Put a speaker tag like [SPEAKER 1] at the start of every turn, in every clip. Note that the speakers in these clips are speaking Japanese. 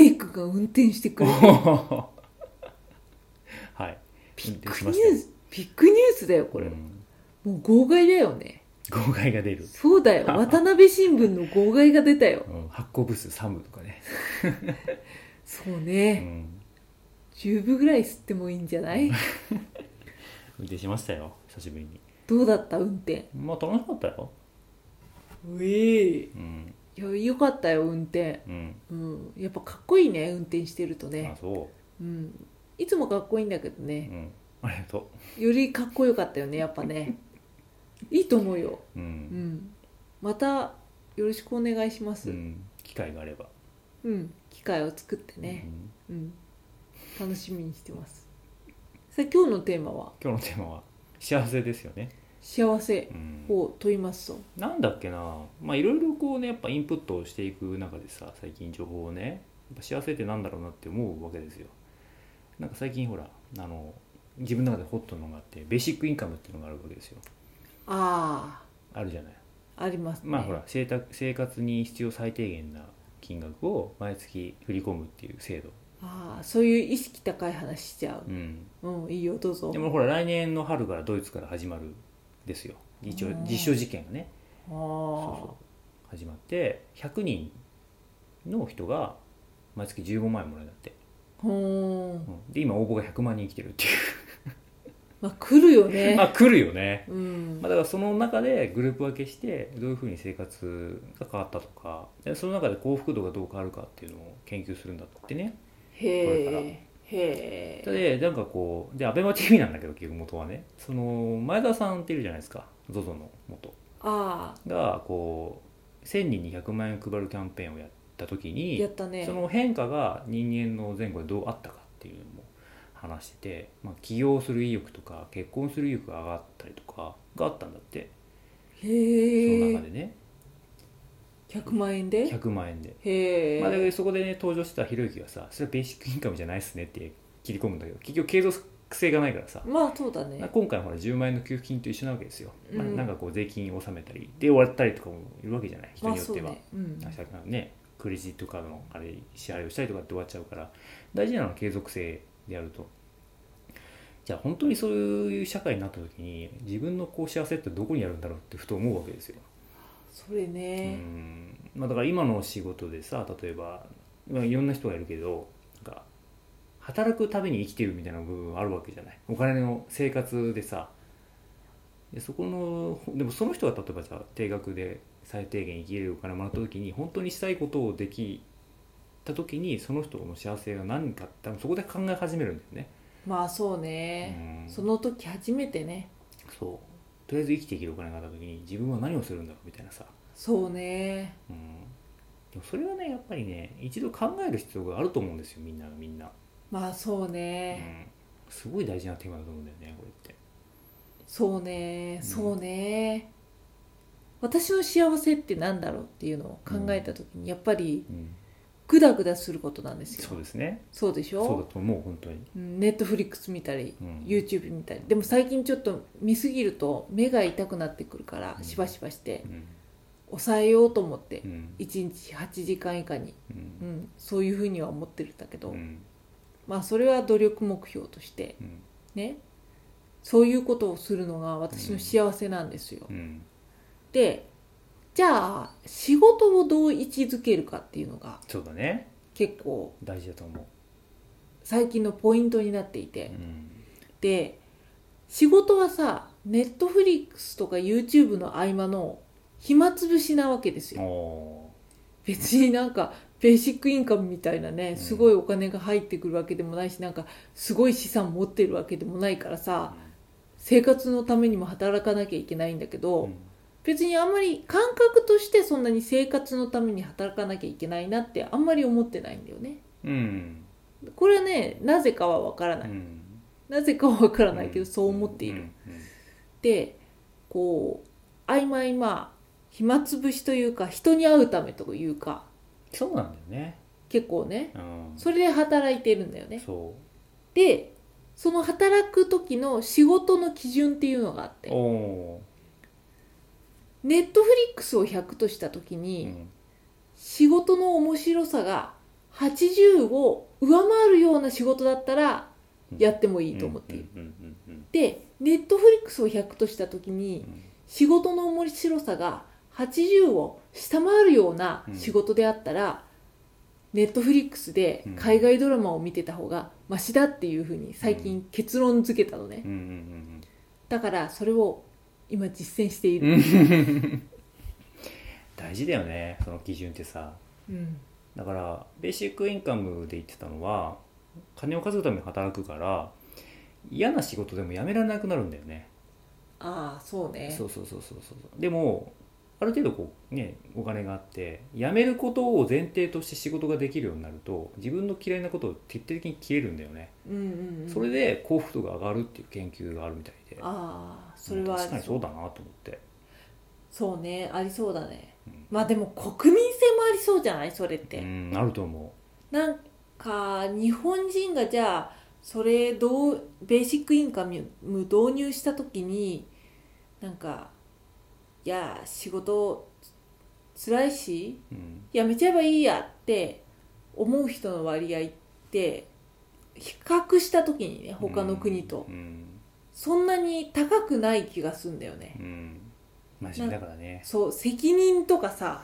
[SPEAKER 1] クが運転してくれて
[SPEAKER 2] はい
[SPEAKER 1] ビッ
[SPEAKER 2] 運転し
[SPEAKER 1] グニュ
[SPEAKER 2] ました
[SPEAKER 1] ー
[SPEAKER 2] よ
[SPEAKER 1] スビッグニュースだよこれ、
[SPEAKER 2] うん
[SPEAKER 1] もう号外だ よね
[SPEAKER 2] 号外が出る、
[SPEAKER 1] そうだよ渡辺新聞の号外が出たよ
[SPEAKER 2] うん発行部数3部とかね、
[SPEAKER 1] そう
[SPEAKER 2] う
[SPEAKER 1] ね、
[SPEAKER 2] ん、
[SPEAKER 1] 10部ぐらい吸ってもいいんじゃない
[SPEAKER 2] 運転しましたよ久しぶりに
[SPEAKER 1] どうだった運転
[SPEAKER 2] まあ楽しかったよ
[SPEAKER 1] うえ
[SPEAKER 2] うん
[SPEAKER 1] いやよかったよ運転
[SPEAKER 2] うん
[SPEAKER 1] うんやっぱかっこいいね運転してると
[SPEAKER 2] あ
[SPEAKER 1] ね
[SPEAKER 2] そ
[SPEAKER 1] うんいつもかっこいいんだけど
[SPEAKER 2] う、う
[SPEAKER 1] ね、
[SPEAKER 2] ん、ありがと
[SPEAKER 1] よりかっこよかったよねやっぱ ねいいと思うよ
[SPEAKER 2] うう、
[SPEAKER 1] うんんまたよろしくお願いしま
[SPEAKER 2] う
[SPEAKER 1] す
[SPEAKER 2] ん、機会があれば
[SPEAKER 1] うん、機会を作ってね
[SPEAKER 2] う、ん
[SPEAKER 1] うん、楽しみにしてますさあ今日のテーマは
[SPEAKER 2] 今日のテーマは幸せですよね、
[SPEAKER 1] 「幸せ
[SPEAKER 2] うん」、
[SPEAKER 1] を問いますと
[SPEAKER 2] なんだっけなまあいろいろこうねやっぱインプットをしていく中でさ最近情報をねやっぱ幸せってなんだろうなって思うわけですよなんか最近ほらあの自分の中でホットなのがあってベーシックインカムっていうのがあるわけですよ
[SPEAKER 1] あ
[SPEAKER 2] あるじゃない
[SPEAKER 1] あありますね
[SPEAKER 2] まあほら生た生活に必要最低限な金額を毎月振り込むっていう制度
[SPEAKER 1] ああそういう意識高い話しちゃう
[SPEAKER 2] うん
[SPEAKER 1] うんいいよどうぞ
[SPEAKER 2] でもほら来年の春からドイツから始まるですよ一応
[SPEAKER 1] うん
[SPEAKER 2] 実証実験がね
[SPEAKER 1] あ
[SPEAKER 2] そう
[SPEAKER 1] あ
[SPEAKER 2] そう始まって100人の人が毎月15万円もらえるんだって、
[SPEAKER 1] ほー
[SPEAKER 2] うんんで今応募が100万人来てるってい
[SPEAKER 1] まあ来るよ
[SPEAKER 2] う
[SPEAKER 1] ね
[SPEAKER 2] まあ来るよね、
[SPEAKER 1] うん
[SPEAKER 2] まあ、だからその中でグループ分けしてどういうふうに生活が変わったとかでその中で幸福度がどう変わるかっていうのを研究するんだってねこれから
[SPEAKER 1] へえへえ
[SPEAKER 2] でなんかこうで ABEMATV なんだけど結局元はねその前田さんっているじゃないですか ZOZO の元
[SPEAKER 1] ああ
[SPEAKER 2] がこう1000人に100万円配るキャンペーンをやった時に
[SPEAKER 1] やったね
[SPEAKER 2] その変化が人間の前後でどうあったかっていうのも話してて、まあ、起業する意欲とか結婚する意欲が上がったりとかがあったんだってそ
[SPEAKER 1] へ
[SPEAKER 2] の中
[SPEAKER 1] え
[SPEAKER 2] でね
[SPEAKER 1] 100万円で
[SPEAKER 2] 100万円で、
[SPEAKER 1] へえ、
[SPEAKER 2] まあ、でそこでね登場してたひろゆきがさそれはベーシックインカムじゃないっすねって切り込むんだけど結局継続性がないからさ
[SPEAKER 1] まあそうだね
[SPEAKER 2] 今回ほら10万円の給付金と一緒なわけですよ、まあ、
[SPEAKER 1] うん
[SPEAKER 2] なんかこう税金を納めたりで終わったりとかもいるわけじゃない人
[SPEAKER 1] まあ
[SPEAKER 2] によっ
[SPEAKER 1] そう
[SPEAKER 2] ては、
[SPEAKER 1] ね、うん、
[SPEAKER 2] さっきのねクレジットカードのあれ支払いをしたりとかって終わっちゃうから大事なのは継続性であるとじゃあ本当にそういう社会になった時に自分のこう幸せってどこにあるんだろうってふと思うわけですよ、
[SPEAKER 1] それ
[SPEAKER 2] う
[SPEAKER 1] ね、
[SPEAKER 2] んまあ、だから今の仕事でさ例えば、まあ、いろんな人がいるけどなんか働くために生きてるみたいな部分あるわけじゃないお金の生活でさでそこのでもその人が例えばじゃあ定額で最低限生きれるお金もらった時に本当にしたいことをできた時にその人の幸せが何かって多分そこで考え始めるんだよね、
[SPEAKER 1] まあそうね、
[SPEAKER 2] うん
[SPEAKER 1] その時初めてね
[SPEAKER 2] そうとりあえず生きていけるお金があった時に自分は何をするんだろうみたいなさ
[SPEAKER 1] そうね
[SPEAKER 2] うんでもそれはねやっぱりね一度考える必要があると思うんですよみんながみんな、
[SPEAKER 1] まあそう
[SPEAKER 2] う
[SPEAKER 1] ね、
[SPEAKER 2] ん、すごい大事なテーマだと思うんだよねこれって
[SPEAKER 1] そうねそうね、私の幸せってなんだろうっていうのを考えた時にやっぱり
[SPEAKER 2] うん
[SPEAKER 1] グダグダすることなんですよ
[SPEAKER 2] そうですね
[SPEAKER 1] そうでし
[SPEAKER 2] そうだ
[SPEAKER 1] ょ
[SPEAKER 2] と思う本当に、
[SPEAKER 1] ネットフリックス見たり
[SPEAKER 2] うん
[SPEAKER 1] YouTube 見たりでも最近ちょっと見すぎると目が痛くなってくるから
[SPEAKER 2] うん
[SPEAKER 1] しばしばして
[SPEAKER 2] うん
[SPEAKER 1] 抑えようと思って
[SPEAKER 2] うん
[SPEAKER 1] 1日8時間以下に、
[SPEAKER 2] う
[SPEAKER 1] うんん、そういうふうには思ってるんだけど、
[SPEAKER 2] うん
[SPEAKER 1] まあそれは努力目標として
[SPEAKER 2] うん
[SPEAKER 1] ねそういうことをするのが私の幸せなんですよ、
[SPEAKER 2] うん
[SPEAKER 1] でじゃあ仕事をどう位置づけるかっていうのが
[SPEAKER 2] そうだね
[SPEAKER 1] 結構
[SPEAKER 2] 大事だと思う
[SPEAKER 1] 最近のポイントになっていて、
[SPEAKER 2] うん
[SPEAKER 1] で仕事はさネットフリックスとか YouTube の合間の暇つぶしなわけですよ
[SPEAKER 2] お
[SPEAKER 1] 別になんかベーシックインカムみたいな
[SPEAKER 2] う
[SPEAKER 1] ね
[SPEAKER 2] ん
[SPEAKER 1] すごいお金が入ってくるわけでもないしなんかすごい資産持ってるわけでもないからさ、
[SPEAKER 2] ー
[SPEAKER 1] 生活のためにも働かなきゃいけないんだけど、
[SPEAKER 2] うん
[SPEAKER 1] 別にあんまり感覚としてそんなに生活のために働かなきゃいけないなってあんまり思ってないんだよね
[SPEAKER 2] うん
[SPEAKER 1] これはねなぜかはわから
[SPEAKER 2] う
[SPEAKER 1] ない、
[SPEAKER 2] ん
[SPEAKER 1] なぜかはわからないけど、そう思っている、
[SPEAKER 2] うんうん
[SPEAKER 1] でこう曖昧まあ暇つぶしというか人に会うためというか
[SPEAKER 2] そうなんだよね
[SPEAKER 1] 結構ね
[SPEAKER 2] うん
[SPEAKER 1] それで働いてるんだよね
[SPEAKER 2] そ
[SPEAKER 1] でその働く時の仕事の基準っていうのがあっ
[SPEAKER 2] う
[SPEAKER 1] て
[SPEAKER 2] お
[SPEAKER 1] ネットフリックスを100とした時
[SPEAKER 2] ー
[SPEAKER 1] に、
[SPEAKER 2] うん
[SPEAKER 1] 仕事の面白さが80を上回るような仕事だったらやってもい
[SPEAKER 2] い
[SPEAKER 1] いと思っている、
[SPEAKER 2] うんうんうん
[SPEAKER 1] でネットフリックスを100とした時
[SPEAKER 2] う
[SPEAKER 1] に
[SPEAKER 2] ん
[SPEAKER 1] 仕事の面白さが80を下回るような仕事であったら、ネットフリックスで海外ドラマを見てた方がマシだっていうふうに最近結論付けたのね、
[SPEAKER 2] うんうん
[SPEAKER 1] だからそれを今実践してい
[SPEAKER 2] うんうん
[SPEAKER 1] る、
[SPEAKER 2] うん大事だよねその基準ってさ
[SPEAKER 1] うん
[SPEAKER 2] だからベーシックインカムで言ってたのは金を稼ぐために働くから嫌な仕事でも辞められなくなるんだよね
[SPEAKER 1] ああそうね
[SPEAKER 2] そうそうそうそうそうでもある程度こうねお金があって辞めることを前提として仕事ができるようになると自分の嫌いなことを徹底的に消えるんだよね、
[SPEAKER 1] うんうんうん、
[SPEAKER 2] それで幸福度が上がるっていう研究があるみたいで
[SPEAKER 1] ああそれは
[SPEAKER 2] 確かにそうだなと思って
[SPEAKER 1] そうねありそうだね
[SPEAKER 2] うん
[SPEAKER 1] まあでも国民性もありそうじゃないそれって、
[SPEAKER 2] うんあると思
[SPEAKER 1] なんか日本人がじゃあそれどうベーシックインカム導入した時になんかいや仕事つ辛いし
[SPEAKER 2] う、うん、
[SPEAKER 1] やめちゃえばいいやって思う人の割合って比較した時にね他の国と、
[SPEAKER 2] うん
[SPEAKER 1] そんなに高くない気がするんだよね
[SPEAKER 2] うん、うん、真面目だからね
[SPEAKER 1] そう責任とかさ、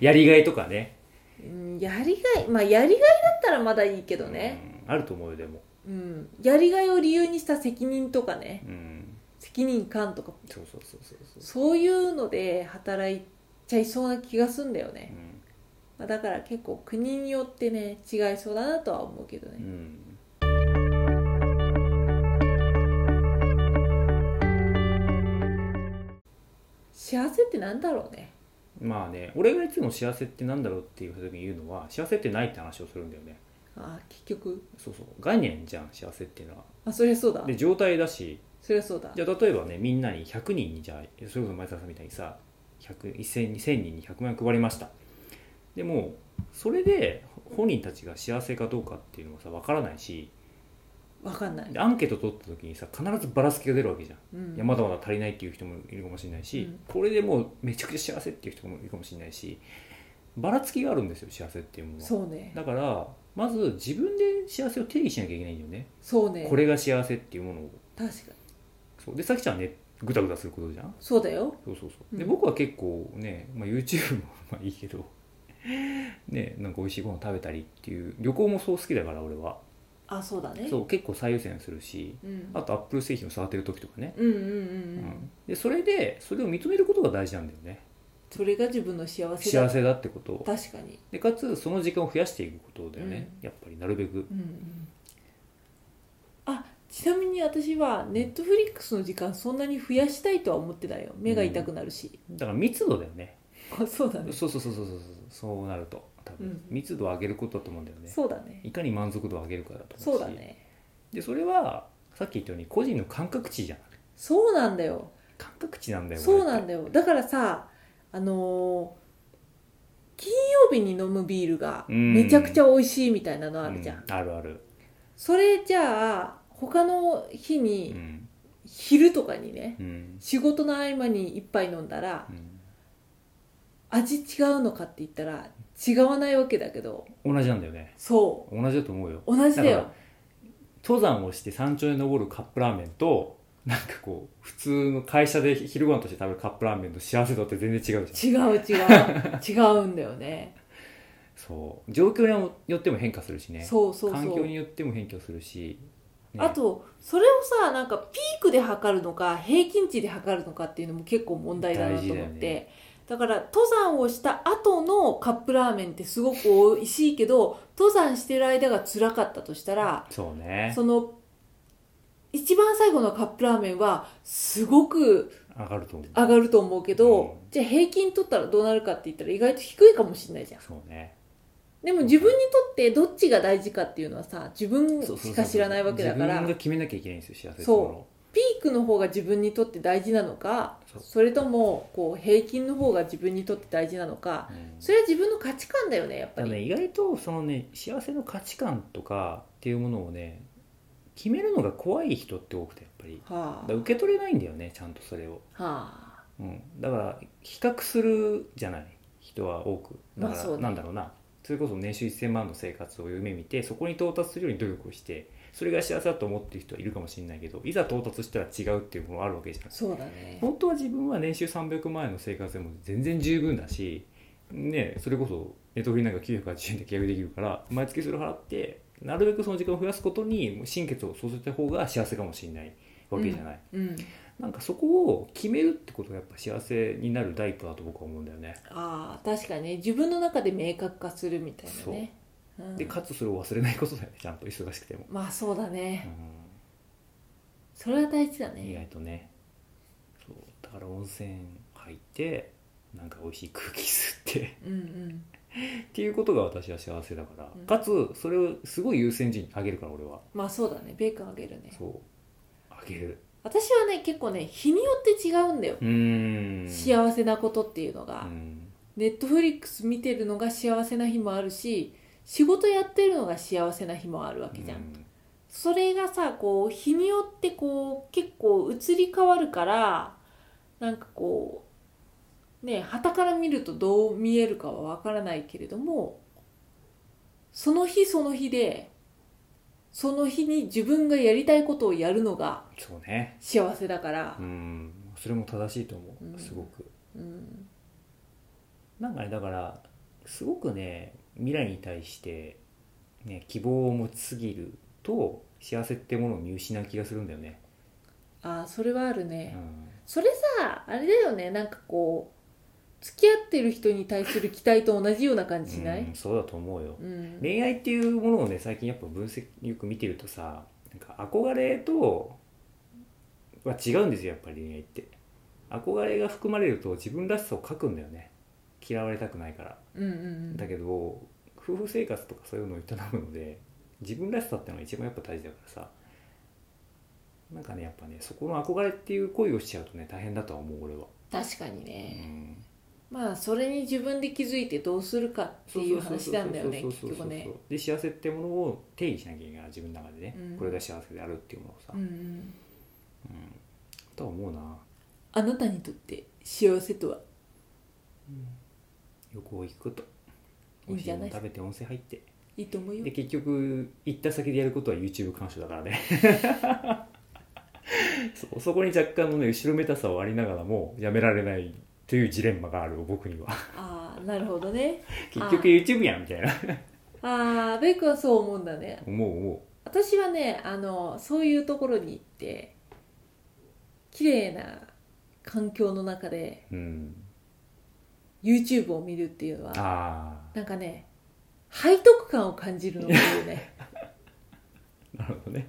[SPEAKER 2] やりがいとかね
[SPEAKER 1] うん、やりがいまあやりがいだったらまだいいけどね、
[SPEAKER 2] うんあると思うよでも
[SPEAKER 1] うん、やりがいを理由にした責任とかね
[SPEAKER 2] うん
[SPEAKER 1] 責任感とか
[SPEAKER 2] そうそうそうそうそう
[SPEAKER 1] そういうので働いちゃいそうな気がすんだよね、まあ、だから結構国によってね違いそうだなとは思うけど
[SPEAKER 2] うん、う
[SPEAKER 1] ね、
[SPEAKER 2] ん、
[SPEAKER 1] 幸せってなんだろうね
[SPEAKER 2] まあね俺がいつも幸せってなんだろうっていう時に言うのは幸せってないって話をするんだよね
[SPEAKER 1] あー結局
[SPEAKER 2] そうそう概念じゃん幸せっていうのは
[SPEAKER 1] あそりゃそうだ
[SPEAKER 2] で状態だし
[SPEAKER 1] そりゃそうだ
[SPEAKER 2] じゃあ例えばねみんなに100人にじゃあそれこそ前澤さんみたいにさ100 1000 1000人に100万円配りましたでもそれで本人たちが幸せかどうかっていうのはさ分からないし
[SPEAKER 1] わかんない、
[SPEAKER 2] でアンケート取った時にさ必ずばらつきが出るわけじゃん
[SPEAKER 1] うん
[SPEAKER 2] いやまだまだ足りないっていう人もいるかもしれないし、
[SPEAKER 1] うん
[SPEAKER 2] これでもうめちゃくちゃ幸せっていう人もいるかもしれないしばらつきがあるんですよ幸せっていうものは
[SPEAKER 1] そうね
[SPEAKER 2] だからまず自分で幸せを定義しなきゃいけないんだよね、
[SPEAKER 1] そうね
[SPEAKER 2] これが幸せっていうものを
[SPEAKER 1] 確かに
[SPEAKER 2] そうでさきちゃんはねぐだぐだすることじゃん
[SPEAKER 1] そうだよ
[SPEAKER 2] そうそうそうで
[SPEAKER 1] うん
[SPEAKER 2] 僕は結構ね、まあ、YouTube も まあいいけどねなんか美味しいご飯食べたりっていう旅行もそう好きだから俺は
[SPEAKER 1] あそうだね
[SPEAKER 2] そう結構最優先するし
[SPEAKER 1] うん、
[SPEAKER 2] あとアップル製品を触ってる時とかね
[SPEAKER 1] うんうんうん
[SPEAKER 2] う
[SPEAKER 1] うんん
[SPEAKER 2] でそれでそれを認めることが大事なんだよね
[SPEAKER 1] それが自分の幸せだ
[SPEAKER 2] 幸せだってことを
[SPEAKER 1] 確かに
[SPEAKER 2] でかつその時間を増やしていくことだよね、やっぱりなるべく
[SPEAKER 1] うんうんあちなみに私はネットフリックスの時間そんなに増やしたいとは思ってないよ目が痛くなるし、
[SPEAKER 2] だから密度だよね
[SPEAKER 1] あそうだね
[SPEAKER 2] そうそうそうそうそうそうなると多分、
[SPEAKER 1] うん
[SPEAKER 2] 密度を上げることだと思うんだよね
[SPEAKER 1] そうだね
[SPEAKER 2] いかに満足度を上げるかだと思うし
[SPEAKER 1] そうだね
[SPEAKER 2] でそれはさっき言ったように個人の感覚値じゃん
[SPEAKER 1] そうなんだよ
[SPEAKER 2] 感覚値なんだよ
[SPEAKER 1] そうなん
[SPEAKER 2] だ
[SPEAKER 1] だよだからさあのー金曜日に飲むビールが
[SPEAKER 2] うん
[SPEAKER 1] めちゃくちゃ美味しいみたいなのあるじゃん、
[SPEAKER 2] あるある、
[SPEAKER 1] それじゃあ他の日
[SPEAKER 2] う
[SPEAKER 1] に
[SPEAKER 2] ん
[SPEAKER 1] 昼とかにね
[SPEAKER 2] うん
[SPEAKER 1] 仕事の合間に一杯飲んだら
[SPEAKER 2] うん
[SPEAKER 1] 味違うのかって言ったら違わないわけだけど
[SPEAKER 2] 同じなんだよね
[SPEAKER 1] そう
[SPEAKER 2] 同じだと思うよ
[SPEAKER 1] 同じだ
[SPEAKER 2] だ
[SPEAKER 1] よ
[SPEAKER 2] か登山をして山頂に登るカップラーメンとなんかこう普通の会社で昼ご飯として食べるカップラーメンの幸せ度って全然違うじゃん
[SPEAKER 1] 違う違う 違うんだよね
[SPEAKER 2] そう状況によっても変化するしね
[SPEAKER 1] そうそう
[SPEAKER 2] 環
[SPEAKER 1] そ
[SPEAKER 2] 境
[SPEAKER 1] う、
[SPEAKER 2] によっても変化するし、ね
[SPEAKER 1] あとそれをさなんかピークで測るのか平均値で測るのかっていうのも結構問題だなと思っ
[SPEAKER 2] 大事
[SPEAKER 1] て
[SPEAKER 2] だ
[SPEAKER 1] だ,、
[SPEAKER 2] よ
[SPEAKER 1] から登山をした後のカップラーメンってすごく美味しいけど登山してる間が辛かったとしたら
[SPEAKER 2] そうね
[SPEAKER 1] その一番最後のカップラーメンはすごく
[SPEAKER 2] 上がると思う
[SPEAKER 1] 上がると思うけど、
[SPEAKER 2] うん
[SPEAKER 1] じゃあ平均取ったらどうなるかって言ったら意外と低いかもしれないじゃん
[SPEAKER 2] そうね
[SPEAKER 1] でも自分にとってどっちが大事かっていうのはさ自分
[SPEAKER 2] そうそ
[SPEAKER 1] し
[SPEAKER 2] う
[SPEAKER 1] か知らないわけだから
[SPEAKER 2] 自分が決めなきゃいけないんですよ幸せってもの
[SPEAKER 1] ピークの方が自分にとって大事なのか
[SPEAKER 2] そう
[SPEAKER 1] それともこう平均の方が自分にとって大事なのか
[SPEAKER 2] うん
[SPEAKER 1] それは自分の価値観だよねやっぱ
[SPEAKER 2] だから
[SPEAKER 1] り、
[SPEAKER 2] ね意外とそのね幸せの価値観とかっていうものをね決めるのが怖い人って多くてやっぱり
[SPEAKER 1] は
[SPEAKER 2] だから受け取れないんだよねちゃんとそれを、
[SPEAKER 1] あはあ
[SPEAKER 2] うん、だから比較するじゃない人は多くだ
[SPEAKER 1] まあ
[SPEAKER 2] か
[SPEAKER 1] そう
[SPEAKER 2] ら
[SPEAKER 1] ね
[SPEAKER 2] なんだろうな、それこそ年収1000万の生活を夢見てそこに到達するように努力をしてそれが幸せだと思ってる人はいるかもしれないけどいざ到達したら違うっていうものがあるわけじゃないですか
[SPEAKER 1] そうだね
[SPEAKER 2] 本当は自分は年収300万円の生活でも全然十分だし、ね、それこそネットフリなんか980円で契約できるから毎月それを払ってなるべくその時間を増やすことに心血を注いだ方が幸せかもしれないわけじゃない、
[SPEAKER 1] うん
[SPEAKER 2] なんかそこを決めるってことがやっぱ幸せになる第一歩だと僕は思うんだよね、
[SPEAKER 1] ああ確かにね自分の中で明確化するみたいなねうん
[SPEAKER 2] でかつそれを忘れないことだよね ちゃんと忙しくても、
[SPEAKER 1] まあそうだね
[SPEAKER 2] う
[SPEAKER 1] それは大事だ
[SPEAKER 2] ん、意
[SPEAKER 1] ね
[SPEAKER 2] 外とねそうだから温泉入ってなんか美味しい空気吸って
[SPEAKER 1] うんうん
[SPEAKER 2] っていうことが私は幸せだから、
[SPEAKER 1] うん
[SPEAKER 2] かつそれをすごい優先順位に上げるから俺は
[SPEAKER 1] まあそうだねベーコンあげるね
[SPEAKER 2] そう上げる
[SPEAKER 1] 私はね結構ね日によって違うんだよ、
[SPEAKER 2] うーん
[SPEAKER 1] 幸せなことっていうのが、
[SPEAKER 2] うん
[SPEAKER 1] ネットフリックス見てるのが幸せな日もあるし仕事やってるのが幸せな日もあるわけじゃん、
[SPEAKER 2] うん
[SPEAKER 1] それがさこう日によってこう結構移り変わるからなんかこうね傍から見るとどう見えるかはわからないけれどもその日その日でその日に自分がやりたいことをやるのが
[SPEAKER 2] そうね
[SPEAKER 1] 幸せだから
[SPEAKER 2] う、んそれも正しいと思
[SPEAKER 1] うん
[SPEAKER 2] うすごく、
[SPEAKER 1] うん
[SPEAKER 2] なんかねだからすごくね未来に対して、ね、希望を持ちすぎると幸せってものを見失う気がするんだよね、
[SPEAKER 1] ああそれはあるね、
[SPEAKER 2] うん、
[SPEAKER 1] それさあれだよねなんかこう付き合ってる人に対する期待と同じような感じしな
[SPEAKER 2] う
[SPEAKER 1] い
[SPEAKER 2] ん、そうだと思うよ、
[SPEAKER 1] うん、
[SPEAKER 2] 恋愛っていうものをね最近やっぱ分析よく見てるとさなんか憧れとは違うんですよやっぱり恋愛って憧れが含まれると自分らしさを書くんだよね嫌われたくないから
[SPEAKER 1] うんうんうん
[SPEAKER 2] だけど夫婦生活とかそういうのを営むので自分らしさってのが一番やっぱ大事だからさなんかねやっぱねそこの憧れっていう恋をしちゃうとね大変だとは思う俺は、
[SPEAKER 1] 確かに
[SPEAKER 2] う
[SPEAKER 1] ね、
[SPEAKER 2] ん
[SPEAKER 1] まあそれに自分で気づいてどうするかっていう話なんだよね
[SPEAKER 2] そう
[SPEAKER 1] 結
[SPEAKER 2] そうそ
[SPEAKER 1] 局
[SPEAKER 2] うそうそう
[SPEAKER 1] ね
[SPEAKER 2] で幸せってものを定義しなきゃいけないから自分の中でね、
[SPEAKER 1] うん
[SPEAKER 2] これが幸せであるっていうものをさ、
[SPEAKER 1] うんうん
[SPEAKER 2] うんとは思うな
[SPEAKER 1] あなたにとって幸せとは
[SPEAKER 2] 旅行行くこと
[SPEAKER 1] いい
[SPEAKER 2] 美
[SPEAKER 1] ん
[SPEAKER 2] 味し
[SPEAKER 1] じ
[SPEAKER 2] い
[SPEAKER 1] ゃ
[SPEAKER 2] も
[SPEAKER 1] な
[SPEAKER 2] の
[SPEAKER 1] い
[SPEAKER 2] 食べて温泉入って
[SPEAKER 1] いいと思うよ
[SPEAKER 2] で結局行った先でやることは YouTube 鑑賞だか らねそうそこに若干のね後ろめたさはありながらもやめられないというジレンマがある僕には
[SPEAKER 1] ああなるほどね
[SPEAKER 2] 結局 YouTube やんみたいな
[SPEAKER 1] ああベイクはそう思うんだね
[SPEAKER 2] 思う思
[SPEAKER 1] 私はねあのそういうところに行って綺麗な環境の中で
[SPEAKER 2] ううん
[SPEAKER 1] YouTube を見るっていうのは
[SPEAKER 2] あ
[SPEAKER 1] なんかね背徳感を感じるのがいいよね
[SPEAKER 2] あなるほどね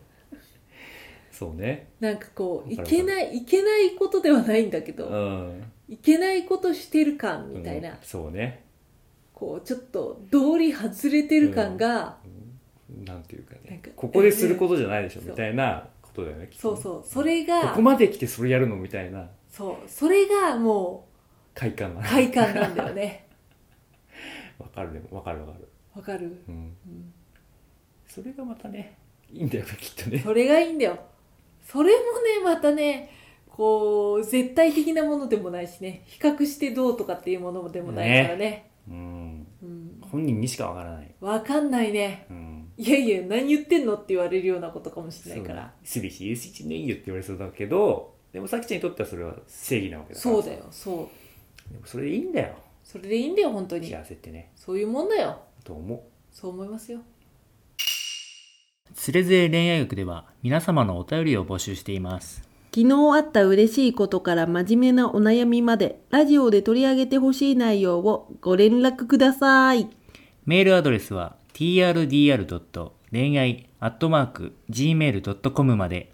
[SPEAKER 2] そうね
[SPEAKER 1] なんかこうい
[SPEAKER 2] わかる
[SPEAKER 1] けないいけないことではないんだけど、
[SPEAKER 2] うん
[SPEAKER 1] いけないことしてる感みたいな、
[SPEAKER 2] うんそうね
[SPEAKER 1] こうちょっと道理外れてる感が、
[SPEAKER 2] なんていうか
[SPEAKER 1] なん
[SPEAKER 2] ね
[SPEAKER 1] か
[SPEAKER 2] ここですることじゃないでしょ
[SPEAKER 1] そう
[SPEAKER 2] みたいなことだよねきっと
[SPEAKER 1] そう
[SPEAKER 2] ね
[SPEAKER 1] そうそれ
[SPEAKER 2] こ
[SPEAKER 1] が
[SPEAKER 2] こまで来てそれやるのみたいな
[SPEAKER 1] そうそれがも
[SPEAKER 2] 快感が
[SPEAKER 1] う
[SPEAKER 2] わ
[SPEAKER 1] 快感なんだよね
[SPEAKER 2] かるでもわかるわかる、
[SPEAKER 1] わかる、
[SPEAKER 2] うん、
[SPEAKER 1] うん
[SPEAKER 2] それがまたねいいんだよねきっとね
[SPEAKER 1] それがいいんだよそれもねまたねこう絶対的なものでもないしね比較してどうとかっていうものでもないからね
[SPEAKER 2] うん
[SPEAKER 1] うん、
[SPEAKER 2] 本人にしかわからない、
[SPEAKER 1] わかんないね
[SPEAKER 2] うん、
[SPEAKER 1] いやいや何言ってんのって言われるようなことかもしれないから
[SPEAKER 2] すべし優しいねいいよって言われそうだけどでもさきちゃんにとってはそれは正義なわけだから
[SPEAKER 1] そうだよそう
[SPEAKER 2] でもそれでいいんだよ
[SPEAKER 1] それでいいんだよ本当に
[SPEAKER 2] 幸せってね
[SPEAKER 1] そういうもんだよ
[SPEAKER 2] と思う
[SPEAKER 1] そう思いますよ
[SPEAKER 2] つれづれ恋愛学では皆様のお便りを募集しています
[SPEAKER 3] 昨日あった嬉しいことから真面目なお悩みまでラジオで取り上げてほしい内容をご連絡ください。
[SPEAKER 2] メールアドレスは trdr. 恋愛 .gmail.com まで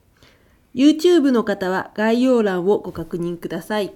[SPEAKER 3] YouTube の方は概要欄をご確認ください。